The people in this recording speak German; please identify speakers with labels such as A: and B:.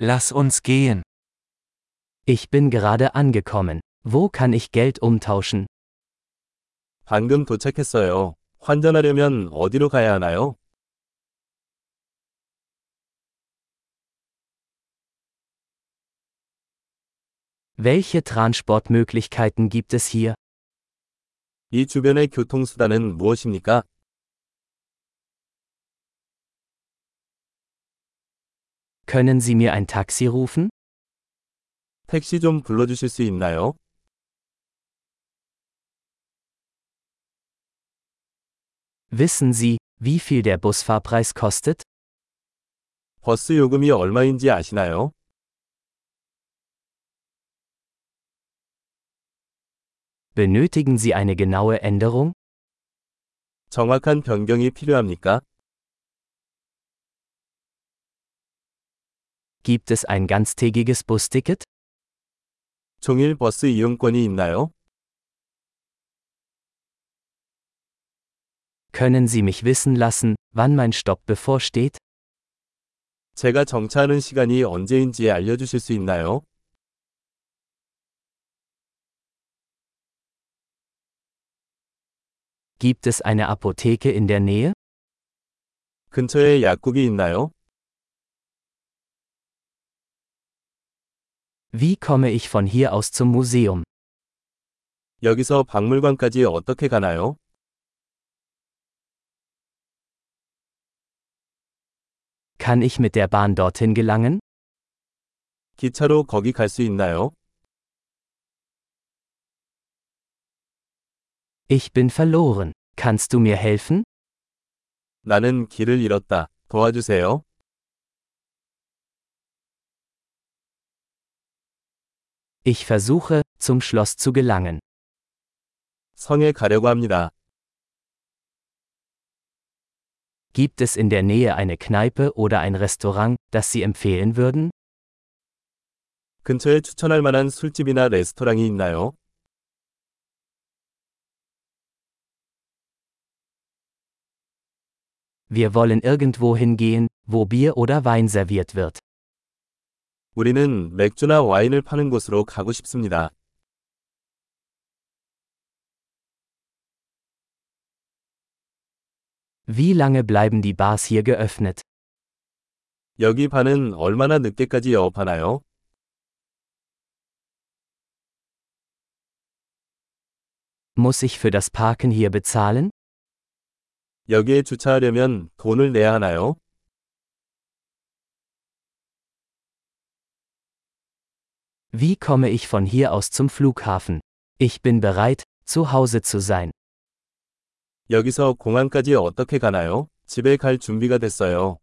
A: Lass uns gehen.
B: Ich bin gerade angekommen. Wo kann ich Geld umtauschen?
C: 방금 도착했어요. 환전하려면 어디로 가야 하나요?
B: Welche Transportmöglichkeiten gibt es hier?
C: 이 주변의 교통수단은 무엇입니까?
B: Können Sie mir ein Taxi rufen?
C: 택시 좀 불러주실 수 있나요?
B: Wissen Sie, wie viel der Busfahrpreis kostet?
C: 버스 요금이 얼마인지 아시나요?
B: Benötigen Sie eine genaue Änderung?
C: 정확한 변경이 필요합니까?
B: Gibt es ein ganztägiges Busticket?
C: 종일 버스 이용권이 있나요?
B: Können Sie mich wissen lassen, wann mein Stopp bevorsteht?
C: 제가 정차하는 시간이 언제인지 알려주실 수 있나요?
B: Gibt es eine Apotheke in der Nähe?
C: 근처에 약국이 있나요?
B: Wie komme ich von hier aus zum Museum?
C: 여기서 박물관까지 어떻게 가나요?
B: Kann ich mit der Bahn dorthin gelangen?
C: 기차로 거기 갈 수 있나요?
B: Ich bin verloren. Kannst du mir helfen?
C: 나는 길을 잃었다. 도와주세요.
B: Ich versuche, zum Schloss zu gelangen.
C: 성에 가려고 합니다.
B: Gibt es in der Nähe eine Kneipe oder ein Restaurant, das Sie empfehlen würden?
C: 근처에 추천할 만한 술집이나 레스토랑이 있나요?
B: Wir wollen irgendwo hingehen, wo Bier oder Wein serviert wird.
C: 우리는 맥주나 와인을 파는 곳으로 가고 싶습니다.
B: Wie lange bleiben die Bars hier geöffnet?
C: 여기 반은 얼마나 늦게까지 영업하나요?
B: Muss ich für das Parken hier bezahlen?
C: 여기에 주차하려면 돈을 내야 하나요?
B: Wie komme ich von hier aus zum Flughafen? Ich bin bereit, zu Hause zu sein.
C: 여기서 공항까지 어떻게 가나요? 집에 갈 준비가 됐어요.